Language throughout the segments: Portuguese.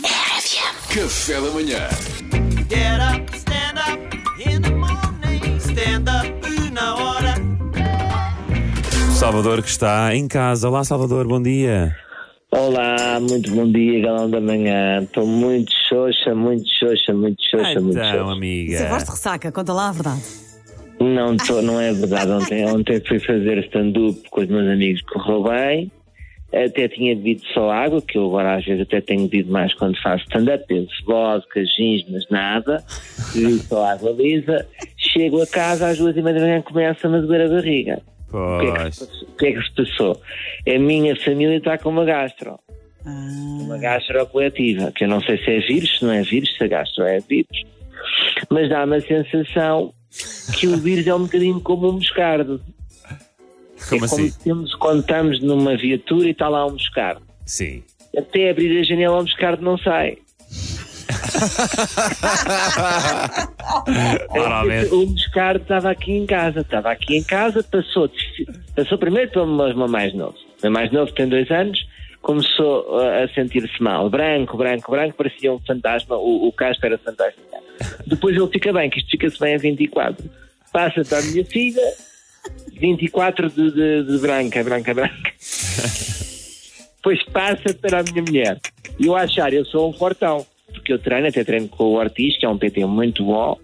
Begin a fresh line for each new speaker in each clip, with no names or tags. FM.
Café da manhã.
Get up, stand up in the morning. Stand up na hora.
Salvador que está em casa. Olá, Salvador, bom dia.
Olá, muito bom dia, galão da manhã. Estou muito xoxa, muito xoxa, muito xoxa, é muito
então,
xoxa.
amiga.
Essa voz de ressaca, conta lá a verdade.
Não estou, não é verdade. Ontem, ontem fui fazer stand-up com os meus amigos, correu bem. Até tinha bebido só água, que eu agora às vezes até tenho bebido mais quando faço stand-up. Penso vodka, gins, mas nada. Bebi só água lisa. Chego a casa às duas e meia da manhã começa-me a doer a barriga. O que, é que se
Pois.
passou? o que é que se passou? A minha família está com uma gastro. Uma gastro coletiva, que eu não sei se é vírus, se não é vírus, se a gastro é vírus. Mas dá-me a sensação que o vírus é um bocadinho como um moscardo.
Como
é como
assim?
se temos, quando estamos numa viatura e está lá um moscardo.
Sim.
Até abrir a janela, o moscardo não sai. É
Claramente.
O moscardo tipo, um estava aqui em casa, estava aqui em casa, passou, de- passou primeiro pelo meu irmão mais novo. O meu mais novo tem dois anos, começou uh, a sentir-se mal, branco, branco, branco, parecia um fantasma, o, o Castro era fantasma. Depois ele fica bem, que isto fica-se bem a 24. Passa para a minha filha, 24 de, de, de branca, branca, branca. Depois passa para a minha mulher. E eu achar, eu sou um fortão. Porque eu treino, até treino com o Ortiz, que é um PT muito bom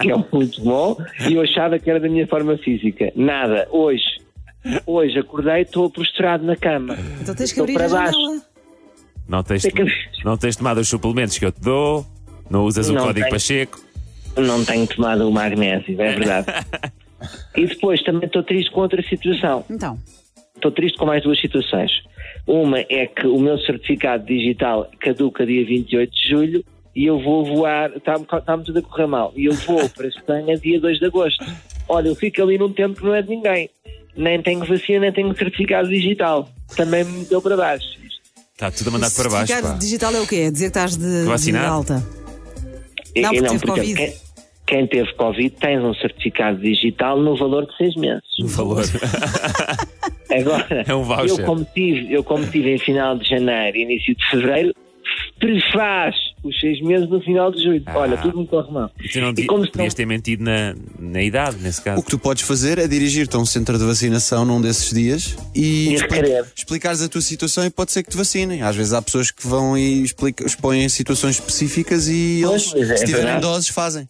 que é muito bom, e eu achava que era da minha forma física. Nada, hoje. Hoje acordei e estou prostrado na cama.
Então tens que
Estou
abrir
para
a
baixo.
janela.
Não tens,
É que-
não tens tomado os suplementos que eu te dou, não usas o
Não
código
tenho.
Pacheco.
Não tenho tomado o magnésio, é verdade. E depois também estou triste com outra situação.
Então,
Estou triste com mais duas situações. Uma é que o meu certificado digital caduca dia 28 de julho e eu vou voar, está-me está-me tudo a correr mal, e eu vou para a Espanha dia 2 de agosto. Olha, eu fico ali num tempo que não é de ninguém. Nem tenho vacina, nem tenho certificado digital. Também me deu para baixo.
Está tudo a mandar para baixo.
certificado
pá.
digital é o quê? É dizer que estás de, de
Vacinado?
alta. Não,
E- e
porque teve
portanto,
Covid.
Quem, quem teve Covid tem um certificado digital no valor de seis meses.
O valor.
Agora,
É um voucher.
eu como tive, eu como tive em final de janeiro e início de fevereiro, prefaz os seis meses no final de julho.
Ah.
Olha, tudo me corre mal.
E tu não
E
di-
como se não-
podias ter mentido na, na idade, nesse caso.
O que tu podes fazer é dirigir-te a um centro de vacinação num desses dias e,
E requerer.
explicares a tua situação e pode ser que te vacinem. Às vezes há pessoas que vão e explica, expõem situações específicas e
Pois,
eles,
pois é,
se
é
tiverem
verdade.
doses, fazem.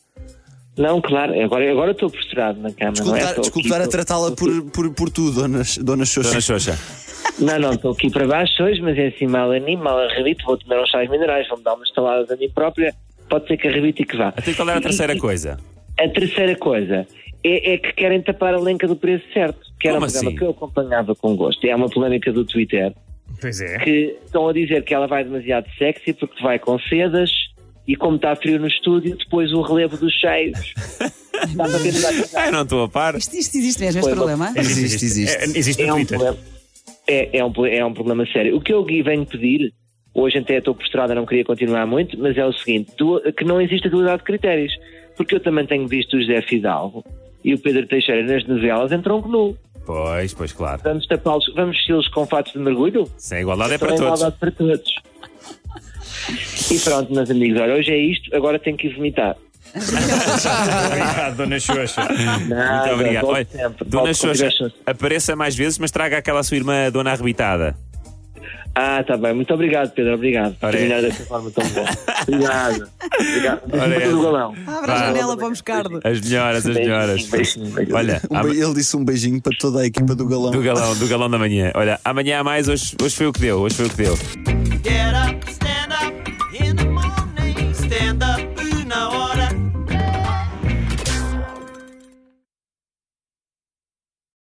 Não, claro, agora, agora eu estou posturado na cama,
Desculpe
não é?
dar-
Estou
desculpe
aqui,
dar a
estou-
tratá-la por, por, por tu, dona, dona Xoxa.
Dona Xoxa,
Não, não, estou aqui para baixo hoje, mas é assim, mal a mim, mal a rebite, vou tomar uns sais minerais, vou-me dar umas taladas a mim própria, pode ser que arrebite e que vá.
até qual era a
E-
terceira
e-
coisa?
A terceira coisa é, é que querem tapar a lenca do preço certo, que era
Como
um programa
assim?
que eu acompanhava com gosto. É uma polémica do Twitter.
Pois é.
que estão a dizer que ela vai demasiado sexy porque vai com sedas e como está frio no estúdio, depois o relevo dos cheios. Está para ver se
Ai, não estou a par.
isto, isto existe mesmo, este
Foi uma-
problema?
Existe, existe.
É, existe
é
no
um
Twitter.
problema. É, é um, pro- é um problema sério. O que eu gui- venho pedir, hoje até estou prostrada, não queria continuar muito, mas é o seguinte, du- que não existe dualidade de critérios. Porque eu também tenho visto o José Fidalgo e o Pedro Teixeira nas novelas em tronco nu.
Pois, pois, claro.
Vamos tapá-los, vamos vesti-los com fatos de mergulho?
Sem igualdade é para
Então
todos.
igualdade para todos. E pronto, meus amigos, olha, hoje é isto, agora tenho que vomitar.
Obrigado, Dona Xoxa. Muito
Nada,
obrigado.
volte
Olha,
sempre,
Dona
volte quando
Xoxa,
tiver chance.
apareça mais vezes, mas traga aquela sua irmã, Dona Arrebitada.
Ah, tá bem, muito obrigado, Pedro, obrigado. Por
Ora é.
terminar desta forma tão boa. Obrigado. Obrigado.
Ora é.
Muito do galão.
Abre a
Vá.
janela para o moscardo.
As melhoras, as
Beijinho,
melhoras.
beijinho, beijinho.
Olha,
Um
am-
be- Ele disse um beijinho para toda a equipa do galão.
do galão, do galão da manhã. Olha, amanhã há mais, hoje, hoje foi o que deu, hoje foi o que deu.
Get up, stand up in the morning. Stand up